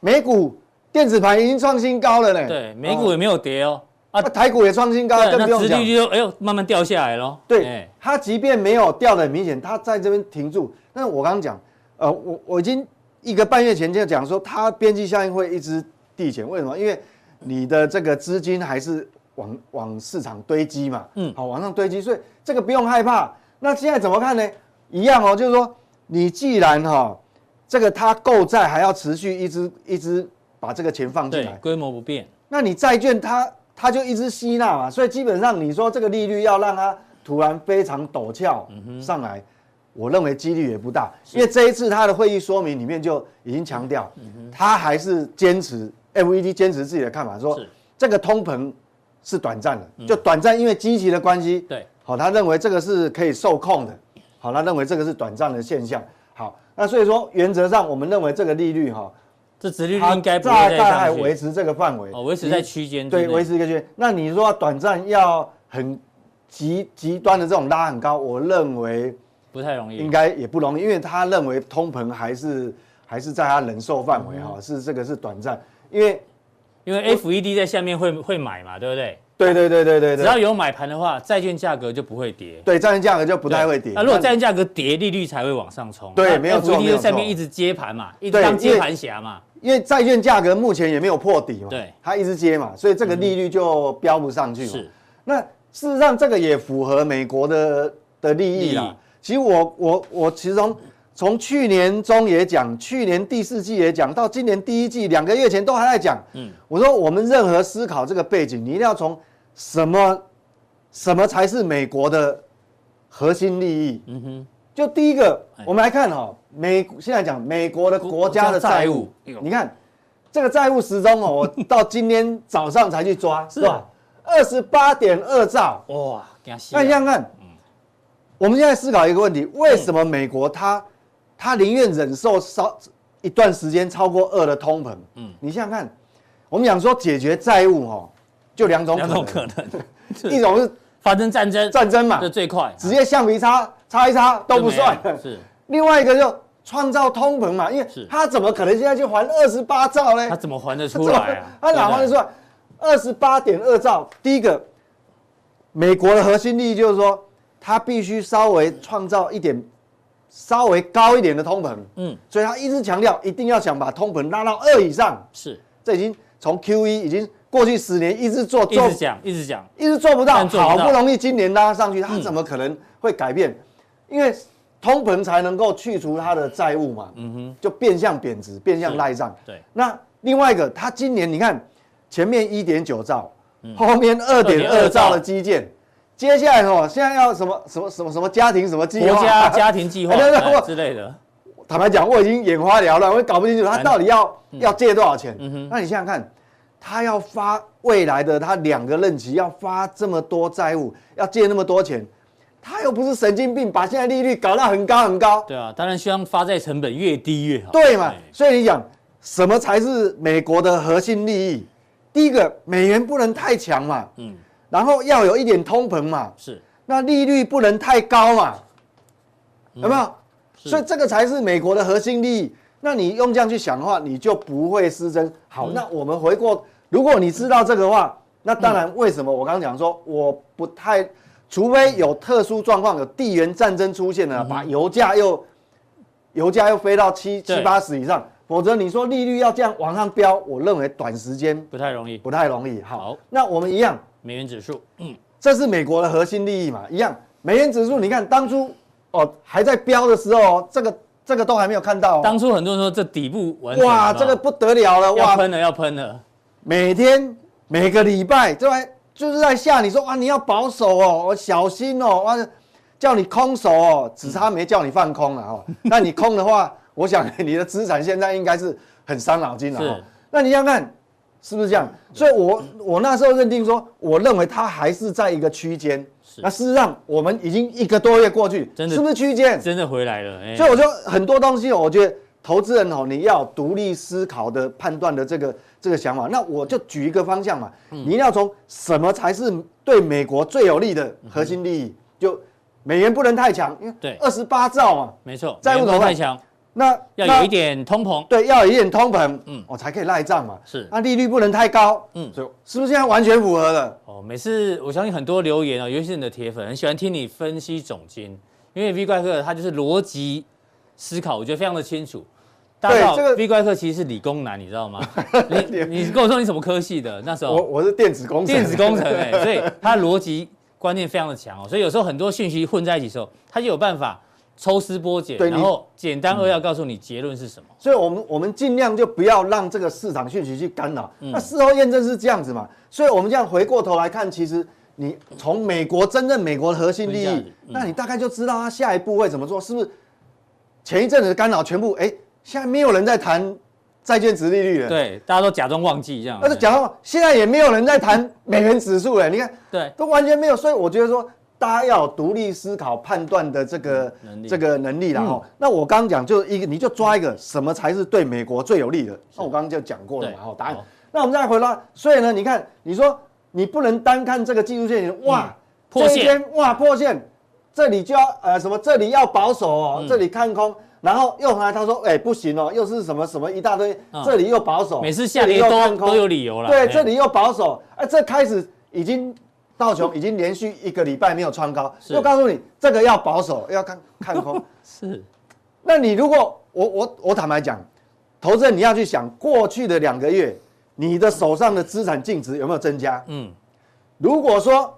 C: 美股电子盘已经创新高了呢，
A: 对，美股也
C: 哦
A: 没有跌哦。啊
C: 啊，台股也创新高，
A: 对，
C: 更不
A: 那
C: 用
A: 殖
C: 讲
A: 利。率就哎呦慢慢掉下来咯。
C: 对
A: 哎，
C: 它即便没有掉的很明显，它在这边停住。但是我刚刚讲，呃，我我已经一个半月前就讲说，它边际效应会一直递减。为什么？因为你的这个资金还是往往市场堆积嘛，
A: 嗯
C: 嗯，好，往上堆积，所以这个不用害怕。那现在怎么看呢？一样哦，就是说，你既然哈、这个它购债还要持续一直一直把这个钱放进
A: 对
C: 来，，
A: 规模不变，
C: 那你债券它它就一直吸纳嘛，所以基本上你说这个利率要让它突然非常陡峭上来，我认为几率也不大，因为这一次它的会议说明里面就已经强调，
A: 嗯
C: 它还是坚持 FED 坚持自己的看法，说
A: 是嗯
C: 这个通膨是短暂的，就短暂，因为积极的关系，
A: 对，
C: 好，他认为这个是可以受控的，好，他认为这个是短暂的现象，好，那所以说原则上我们认为这个利率哈、
A: 这殖利率
C: 它
A: 应该不会
C: 大
A: 再
C: 概
A: 上去
C: 维持这个范围，
A: 哦，维持在区间之
C: 对，
A: 内
C: 维持一个圈。那你说短暂要很极极端的这种拉很高，我认为
A: 不太容易，
C: 应该也不容易，因为他认为通膨还是还是在他忍受范围
A: 嗯
C: 哈，是这个是短暂，因为
A: 因为 FED 在下面会会买嘛，对不对？
C: 对对对对对
A: 只要
C: 对，
A: 有买盘的话，债券价格就不会跌，
C: 对债券价格就不太会跌。
A: 那啊如果
C: 但
A: 债券价格跌，利率才会往上冲。
C: 对
A: 那
C: 没有错
A: FED
C: 没有
A: 就
C: 错
A: 下面一直接盘嘛，一直
C: 对
A: 当
C: 因
A: 接
C: 为
A: 盘侠嘛。
C: 因为债券价格目前也没有破底嘛，
A: 对，
C: 它一直接嘛，所以这个利率就飙不上去嘛。
A: 是，
C: 那事实上这个也符合美国的的利益
A: 利益
C: 啦。其实我我我其实从从去年中也讲，去年第四季也讲，到今年第一季两个月前都还在讲。
A: 嗯
C: 嗯，我说我们任何思考这个背景，你一定要从什么什么才是美国的核心利益。
A: 嗯哼，
C: 就第一个
A: 哎，
C: 我们来看哈、美现在讲美国的国家的债务，
A: 国家债务
C: 你看这个债务时
A: *laughs*
C: 钟哦，我到今天早上才去抓，
A: 是
C: 是吧？二十八点二兆，
A: 哇，给他吸
C: 那你想想看，
A: 嗯
C: 我们现在思考一个问题：为什么美国
A: 嗯
C: 它它宁愿忍受稍一段时间超过二的通膨？嗯，你想想看，我们讲说解决债务哦，就两种可
A: 两
C: 能，
A: 种可能，
C: 一种是
A: 发生战争，
C: 战争嘛
A: 这，最快，
C: 直接橡皮擦擦一擦都不算
A: 就没，了是，
C: 另外一个就创造通膨嘛，因为
A: 是
C: 他怎么可能现在去还二十八兆呢？
A: 他怎么还得
C: 他
A: 出来啊？
C: 哎 *laughs* 他哪还得出
A: 来？
C: 来？二十八点二兆，第一个，美国的核心利益就是说，它必须稍微创造一点稍微高一点的通膨，
A: 嗯，
C: 所以他一直强调一定要想把通膨拉到二以上，
A: 是，
C: 这已经从 Q 一已经过去十年一直做
A: 一
C: 做
A: 直讲，一直讲，
C: 一直做不到，
A: 但做不
C: 好
A: 到嗯
C: 不容易今年拉上去，它怎么可能会改变？因为通膨才能够去除它的债务嘛，嗯哼，就变相贬值，变相赖账。
A: 对，
C: 那另外一个，它今年你看前面一点九兆，
A: 嗯
C: 后面二点
A: 2.2
C: 二
A: 兆
C: 兆的基建，接下来哦，现在要什么什么什么什么家庭什么计
A: 国
C: 划，
A: 家家庭计划
C: 对对对
A: 哎
C: 我
A: 之类的，
C: 坦白讲，我已经眼花缭乱，我也搞不清楚他到底要、要借多少钱。那你想想看，他要发未来的他两个任期要发这么多债务，要借那么多钱，他又不是神经病，把现在利率搞到很高很高，
A: 对啊，当然希望发债成本越低越好。
C: 对嘛
A: 哎？
C: 所以你讲什么才是美国的核心利益？第一个，美元不能太强嘛，
A: 嗯，
C: 然后要有一点通膨嘛，
A: 是
C: 那利率不能太高嘛，有没有？所以这个才嗯是美国的核心利益。那你用这样去想的话，你就不会失真。好，那我们回过，如果你知道这个话，那当然，为什么我刚刚讲说我不太，除非有特殊状况，有地缘战争出现了，把油价又油价又飞到七
A: 对
C: 七八十以上，否则你说利率要这样往上飙，我认为短时间
A: 不太容易。
C: 不太哦容易。
A: 好
C: 好，那我们一样，
A: 美元指数，嗯，
C: 这是美国的核心利益嘛，一样。美元指数，你看当初哦还在飙的时候哦，这个这个都还没有看到、哦。
A: 当初很多人说这底部完成
C: 哇，
A: 了
C: 这个不得了了
A: 要
C: 哇！
A: 喷了，要喷了。
C: 每天每个礼拜就来就是在吓你说啊，你要保守哦，我小心哦，哇，叫你空手哦，只差没叫你放空了
A: 嗯
C: 哦。 *laughs* 那你空的话，我想 *laughs* 你的资产现在应该是很伤脑筋了哦
A: 是。嗯
C: 那你想想看，是不是这样？所以我我那时候认定说，我认为它还是在一个区间。那事实上，我们已经一个多月过去，
A: 真的
C: 是不是区间？
A: 真的回来了，哎、
C: 所以我说很多东西哦，我觉得投资人哦，你要有独立思考的判断的这个这个想法。那我就举一个方向嘛，
A: 嗯
C: 你一定要从什么才是对美国最有利的核心利益？就美元不能太强，因
A: 对
C: 为二十八兆嘛，
A: 没错，
C: 债务
A: 美元
C: 怎么
A: 不太
C: 办
A: 强，
C: 那
A: 要有一
C: 那
A: 点通膨，
C: 对，要有一点通膨，
A: 嗯
C: 嗯，我才可以赖账嘛。
A: 是
C: 那利率不能太高，
A: 嗯
C: 嗯，所以是不是现在完全符合了？
A: 哦，每次我相信很多留言啊、尤其是你的铁粉，很喜欢听你分析总经，因为 V 怪客他就是逻辑思考，我觉得非常的清楚。大家知道
C: 这个
A: V 怪客其实是理工男，你知道
C: *laughs*
A: 吗？你你跟我说你什么科系的？那时
C: 我
A: 候
C: 我是电子工程，
A: 哦电子工
C: *laughs*
A: 程哎、所以他逻辑观念非常的强哦，所以有时候很多讯息混在一起的时候，他就有办法抽丝剥茧，
C: 对
A: 然
C: 你
A: 后简单扼要告诉你结论是什么。
C: 所以我们我们尽量就不要让这个市场讯息去干扰。
A: 嗯
C: 那事后验证是这样子嘛？所以我们这样回过头来看，其实你从美国真正美国的核心利
A: 分价
C: 益，
A: 值嗯
C: 那你大概就知道它下一步会怎么做，是不是？前一阵子的干扰全部，哎、现在没有人在谈债券值利率了。。
A: 对，大家都假装忘记这样。
C: 但是假如现在也没有人在谈美元指数了，你看
A: 对，
C: 都完全没有，所以我觉得说大家要有独立思考、判断的这个、
A: 嗯能力
C: 这个能力啦。哦、那我刚刚讲就一个，你就抓一个什么才是对美国最有利的？那我刚刚就讲过了嘛，
A: 对
C: 哦，答案
A: 好。
C: 那我们再回到，所以呢，你看，你说你不能单看这个技术线，你哇，
A: 嗯破
C: 这一
A: 线
C: 天哇破线，这里就要呃什么，这里要保守哦，
A: 嗯
C: 这里看空。然后又回来，他说：“哎、不行哦，又是什么什么一大堆，
A: 嗯
C: 这里又保守，
A: 每次下
C: 这里
A: 跌
C: 又
A: 都
C: 看空
A: 都有理由了。
C: 对，
A: 哎
C: 这里又保守，哎、这开始已经道琼已经连续一个礼拜没有穿高，
A: 是
C: 又告诉你这个要保守，要看 *laughs* 看空。
A: 是
C: 那你如果我我我坦白讲，投资人你要去想过去的两个月，你的手上的资产净值有没有增加？
A: 嗯，
C: 如果说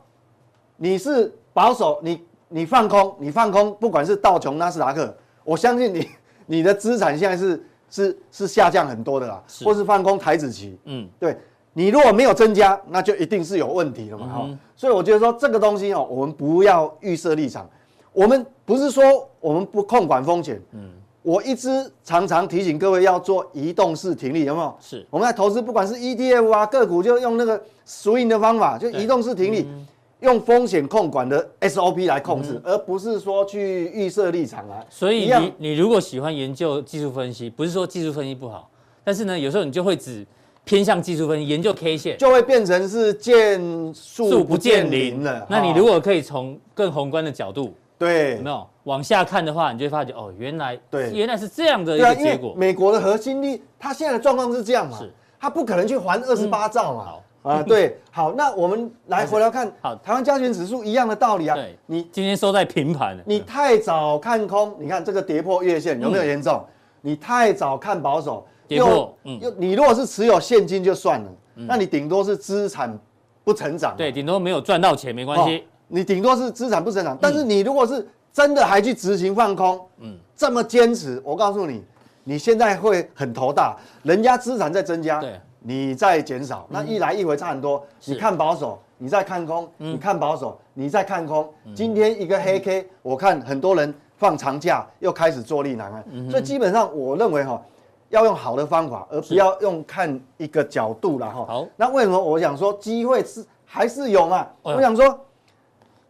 C: 你是保守，你你放空，你放空，不管是道琼、纳斯达克，我相信你 *laughs* 你的资产现在是是是下降很多的啦，
A: 是
C: 或是放空台子期，
A: 嗯
C: 嗯，对你如果没有增加，那就一定是有问题了嘛，哈、所以我觉得说这个东西哦，我们不要预设立场，我们不是说我们不控管风险，嗯。我一直常常提醒各位要做移动式停利，有没有？
A: 是
C: 我们在投资，不管是 ETF 啊个股，就用那个 swing 的方法，就移动式停利，
A: 嗯
C: 用风险控管的 SOP 来控制，而不是说去预设立场来。
A: 所以
C: 一样
A: 你你如果喜欢研究技术分析，不是说技术分析不好，但是呢，有时候你就会只偏向技术分析，研究 K 线，
C: 就会变成是见树不见林了。
A: 那你
C: 哦
A: 如果可以从更宏观的角度，
C: 对
A: 有没有往下看的话，你就会发觉哦，原来
C: 对
A: 原来是这样的一
C: 对啊，
A: 个
C: 因
A: 结
C: 为
A: 果。
C: 美国的核心利，它现在的状况是这样嘛
A: 是，嗯
C: 它不可能去还二十八兆嘛
A: 好。
C: 啊，对，好，那我们来回来看，
A: *laughs* 好
C: 台湾加权指数一样的道理啊
A: 对，
C: 你
A: 今天收在平盘，
C: 你太早看空，你看这个跌破月线有没有严重？你太早看保
A: 嗯
C: 守，
A: 跌破
C: 又
A: 嗯
C: 又你如果是持有现金就算了，那你顶多是资产不成长嘛，
A: 对，顶多没有赚到钱没关
C: 哦，
A: 系，嗯
C: 你顶多是资产不成长，但是你如果是真的还去执行放空，嗯，这么坚持，我告诉你，你现在会很头大，人家资产在增加，
A: 对，嗯
C: 你在减少，那一来一回差很多。你看保守，你在看空，
A: 嗯
C: 你看保守，你在看空。今天一个黑 K，我看很多人放长假又开始坐立难
A: 嗯
C: 安，所以基本上我认为哈。要用好的方法，而不要用看一个角度了哈。
A: 好
C: 那为什么我想说机会是还是有嘛？
A: 哎呦
C: 我想说，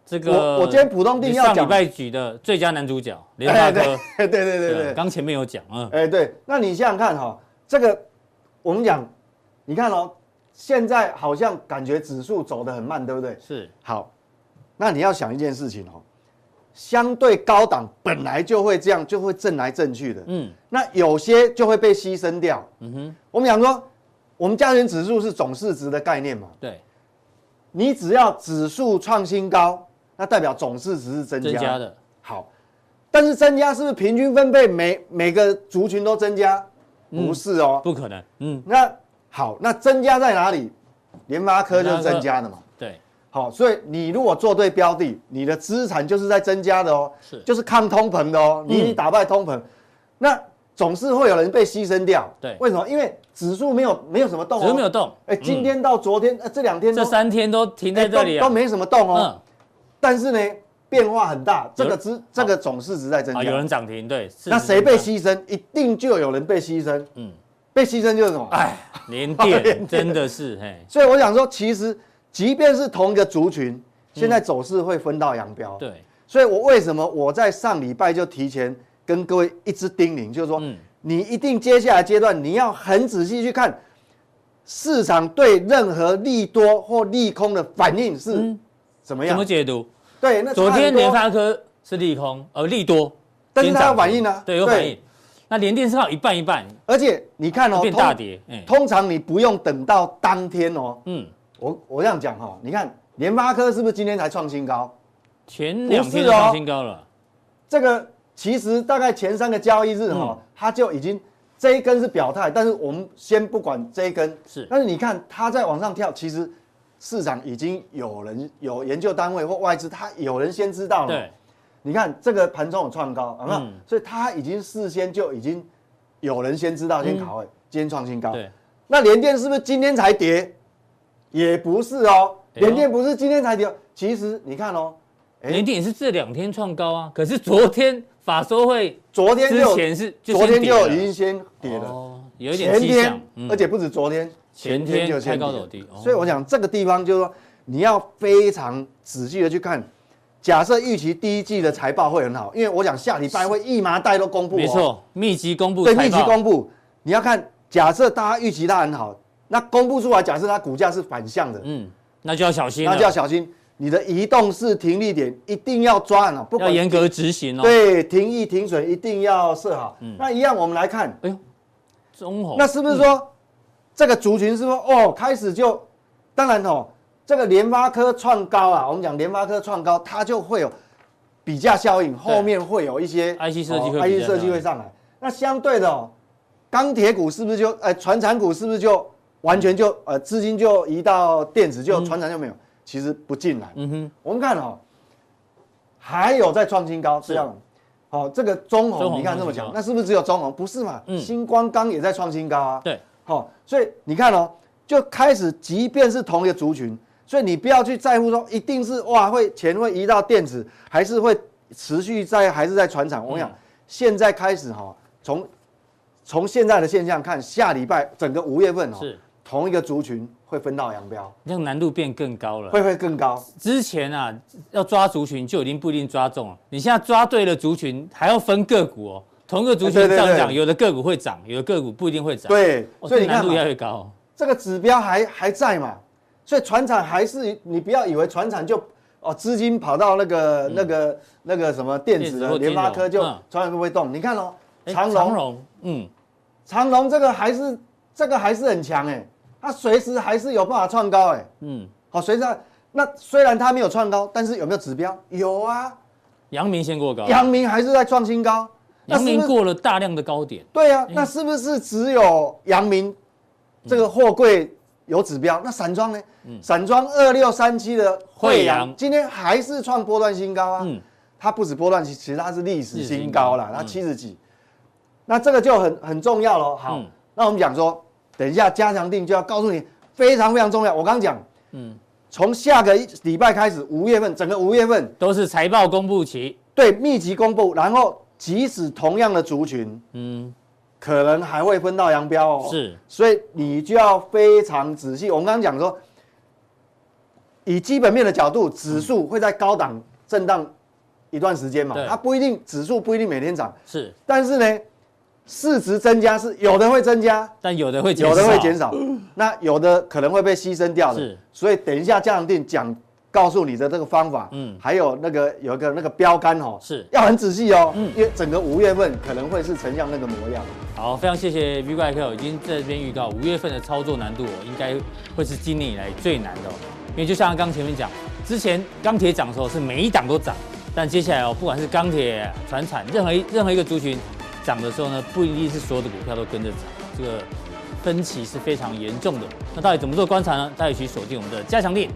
A: 这个
C: 我我今天浦东地要
A: 上
C: 讲
A: 礼拜举的最佳男主角联发
C: 哎
A: 科
C: 对， *laughs* 对对对对对，
A: 刚前面有讲，嗯，
C: 哎、对，那你想想看哈、这个我们讲，你看哦，现在好像感觉指数走得很慢，对不对？
A: 是
C: 好，那你要想一件事情哦，相对高档本来就会这样，就会震来震去的，
A: 嗯，
C: 那有些就会被牺牲掉。嗯哼，我们讲说，我们加权指数是总市值的概念嘛，
A: 对，
C: 你只要指数创新高，那代表总市值是增加
A: 增加的，
C: 好，但是增加是不是平均分配每每个族群都增加？
A: 嗯
C: 不是哦。
A: 不可能，嗯，
C: 那好，那增加在哪里？联发科就是增加的嘛。
A: 对，
C: 好，所以你如果做对标的，你的资产就是在增加的哦，
A: 是
C: 就是抗通膨的哦，
A: 嗯
C: 你已经打败通膨，那总是会有人被牺牲掉。
A: 对
C: 为什么？因为指数没有没有什么动、哦，
A: 只是没有。动，嗯
C: 哎、今天到昨天，呃，这两天都
A: 这三天都停在
C: 哎
A: 这里
C: 都
A: 啊
C: 都，没什么动哦。
A: 嗯，
C: 但是呢，变化很大，这个
A: 人
C: 资这个总市值在增加。
A: 啊，有人涨停，对，是
C: 那
A: 是
C: 谁
A: 是
C: 被
A: 是
C: 牺牲？一定就有人被牺牲。
A: 嗯
C: 嗯，被牺牲就是什么？
A: 哎，
C: *laughs*
A: 连
C: 连
A: 电
C: 电
A: 真的是，嘿，
C: 所以我想说，其实即便是同一个族群，现在走势会分道扬镳。，
A: 嗯对，
C: 所以我为什么我在上礼拜就提前跟各位一直叮咛，就是说，
A: 嗯
C: 你一定接下来阶段你要很仔细去看市场对任何利多或利空的反应是怎
A: 嗯
C: 么
A: 怎
C: 样。
A: 么解读？
C: 对，那
A: 昨
C: 差很
A: 天
C: 多
A: 联发科是利空，呃，利多，
C: 但
A: 今
C: 是它有
A: 天涨停
C: 反应啊
A: 对，有反
C: 对
A: 应。那联电是好一半一半，
C: 而且你看哦，
A: 变大跌，哎，
C: 通通常你不用等到当天哦，
A: 嗯，
C: 我我这样讲哈、你看联发科是不是今天才创新高？
A: 前两天
C: 不
A: 就是
C: 哦
A: 创新高了，
C: 这个其实大概前三个交易日哈、
A: 嗯
C: 它就已经这一根是表态，但是我们先不管这一根，
A: 是
C: 但是你看它在往上跳，其实市场已经有人有研究单位或外资，它有人先知道了。
A: 对，
C: 你看这个盘中有创高，有没有？
A: 嗯
C: 所以它已经事先就已经有人先知道，先卡位，今天创新高。
A: 嗯对，
C: 那联电是不是今天才跌？也不是哦，
A: 哎呦
C: 联电不是今天才跌哦，其实你看哦，哎
A: 联电也是这两天创高啊，可是昨天法说会
C: 昨天
A: 之
C: 就
A: 前是就
C: 昨
A: 先
C: 天
A: 跌了
C: 就已经先跌了，
A: 哦，有一点
C: 前
A: 迹象
C: 天，
A: 嗯
C: 而且不止昨天，
A: 前天开高走低，哦
C: 所以我想这个地方就是说，你要非常仔细的去看。假设预期第一季的财报会很好，因为我想下礼拜会一麻袋都公布、哦，
A: 没，错，密集公布
C: 对，
A: 财
C: 密集
A: 报
C: 公布。你要看，假设大家预期它很好，那公布出来，假设它股价是反向的，
A: 嗯，那就要小心了，
C: 那就要小心，你的移动式停利点一定要抓好，不
A: 要
C: 管
A: 严格执行哦。，嗯
C: 对停益停损一定要设好。那一样，我们来看，
A: 哎呦，中红
C: 那是不
A: 嗯
C: 是说、这个族群是说哦，开始就，当然哦，这个联发科创高啊，我们讲联发科创高，它就会有比价效应，后面会有一些
A: IC 设计会
C: 哦
A: 比
C: IC
A: 价
C: 设计
A: 效
C: 会
A: 应
C: 上来。那相对的哦，钢铁股是不是就呃，船产股是不是就完全就呃资金就移到电子，就船产就没有？其实不进来。
A: 嗯哼，
C: 我们看哦，还有在创新高这样。好、这个
A: 中
C: 中红
A: 红
C: 你看这么
A: 创新
C: 讲
A: 高，
C: 那是不是只有中红？不是嘛？
A: 嗯
C: 星光钢也在创新高啊。
A: 对，
C: 好、所以你看哦，就开始，即便是同一个族群，所以你不要去在乎说一定是哇会钱会移到电子，还是会持续在还是在船厂。我想、
A: 嗯
C: 现在开始哈、从从现在的现象看，下礼拜整个五月份哦，
A: 是
C: 同一个族群会分道扬镳，
A: 这样难度变更高了。
C: 会会更高。
A: 之前啊，要抓族群就已经不一定抓中了，你现在抓对了族群，还要分个股哦。同一个族群
C: 哎对对
A: 上
C: 对
A: 涨，有的个股会涨，有的个股不一定会涨。
C: 对，
A: 哦，
C: 所
A: 所以
C: 以你
A: 难
C: 看
A: 度越
C: 嘛
A: 来越高哦。
C: 这个指标还还在嘛，所以船厂还是你不要以为船厂就哦资金跑到那个、那个那个什么电
A: 嗯电
C: 子
A: 子或
C: 的
A: 金
C: 联发
A: 融
C: 科就
A: 嗯
C: 船厂不会动，你看哦，
A: 哎
C: 长
A: 长
C: 隆
A: 荣，嗯，
C: 长隆这个还是这个还是很强哎，它随时还是有办法创高哎，
A: 嗯
C: 嗯，好、随着那虽然它没有创高，但是有没有指标？有啊，
A: 阳明先过高，
C: 阳明还是在创新高，那
A: 啊阳
C: 是不是
A: 明过了大量的高点，
C: 对啊，那是不是只有阳明这个货柜有指
A: 嗯
C: 标？那散装呢？散装二六三七的惠
A: 惠
C: 阳
A: 阳
C: 今天还是创波段新高啊！
A: 嗯
C: 它不止波段新，其实它是历史新高
A: 历史
C: 啦
A: 新，高
C: 它七十几。那这个就很很重要喽。好，
A: 嗯
C: 那我们讲说，等一下加强定就要告诉你非常非常重要。我刚讲，
A: 嗯，
C: 从下个礼拜开始，五月份整个五月份
A: 都是财报公布期，
C: 对密集公布，然后即使同样的族群，
A: 嗯，
C: 可能还会分道扬镳哦。
A: 是
C: 所以你就要非常仔细。我们刚刚讲说，以基本面的角度，指数会在高档震荡一段时间嘛
A: 对，
C: 它不一定指数不一定每天涨，
A: 是，
C: 但是呢，市值增加是有的会增加，
A: 但有的会减少，
C: 有的会减少，那有的可能会被牺牲掉的
A: 是。
C: 所以等一下嘉良定讲告诉你的这个方法，
A: 嗯
C: 嗯，还有那个有一个那个标杆哦，
A: 是嗯
C: 要很仔细哦，因为整个五月份可能会是成像那个模样。
A: 好，非常谢谢 V 怪客，已经在这边预告五月份的操作难度、哦，应该会是今年以来最难的、哦。因为就像刚前面讲，之前钢铁涨的时候是每一档都涨，但接下来哦，不管是钢铁、船产，任何一任何一个族群涨的时候呢，不一定是所有的股票都跟着涨，这个分歧是非常严重的。那到底怎么做观察呢？待会请锁定我们的加强力。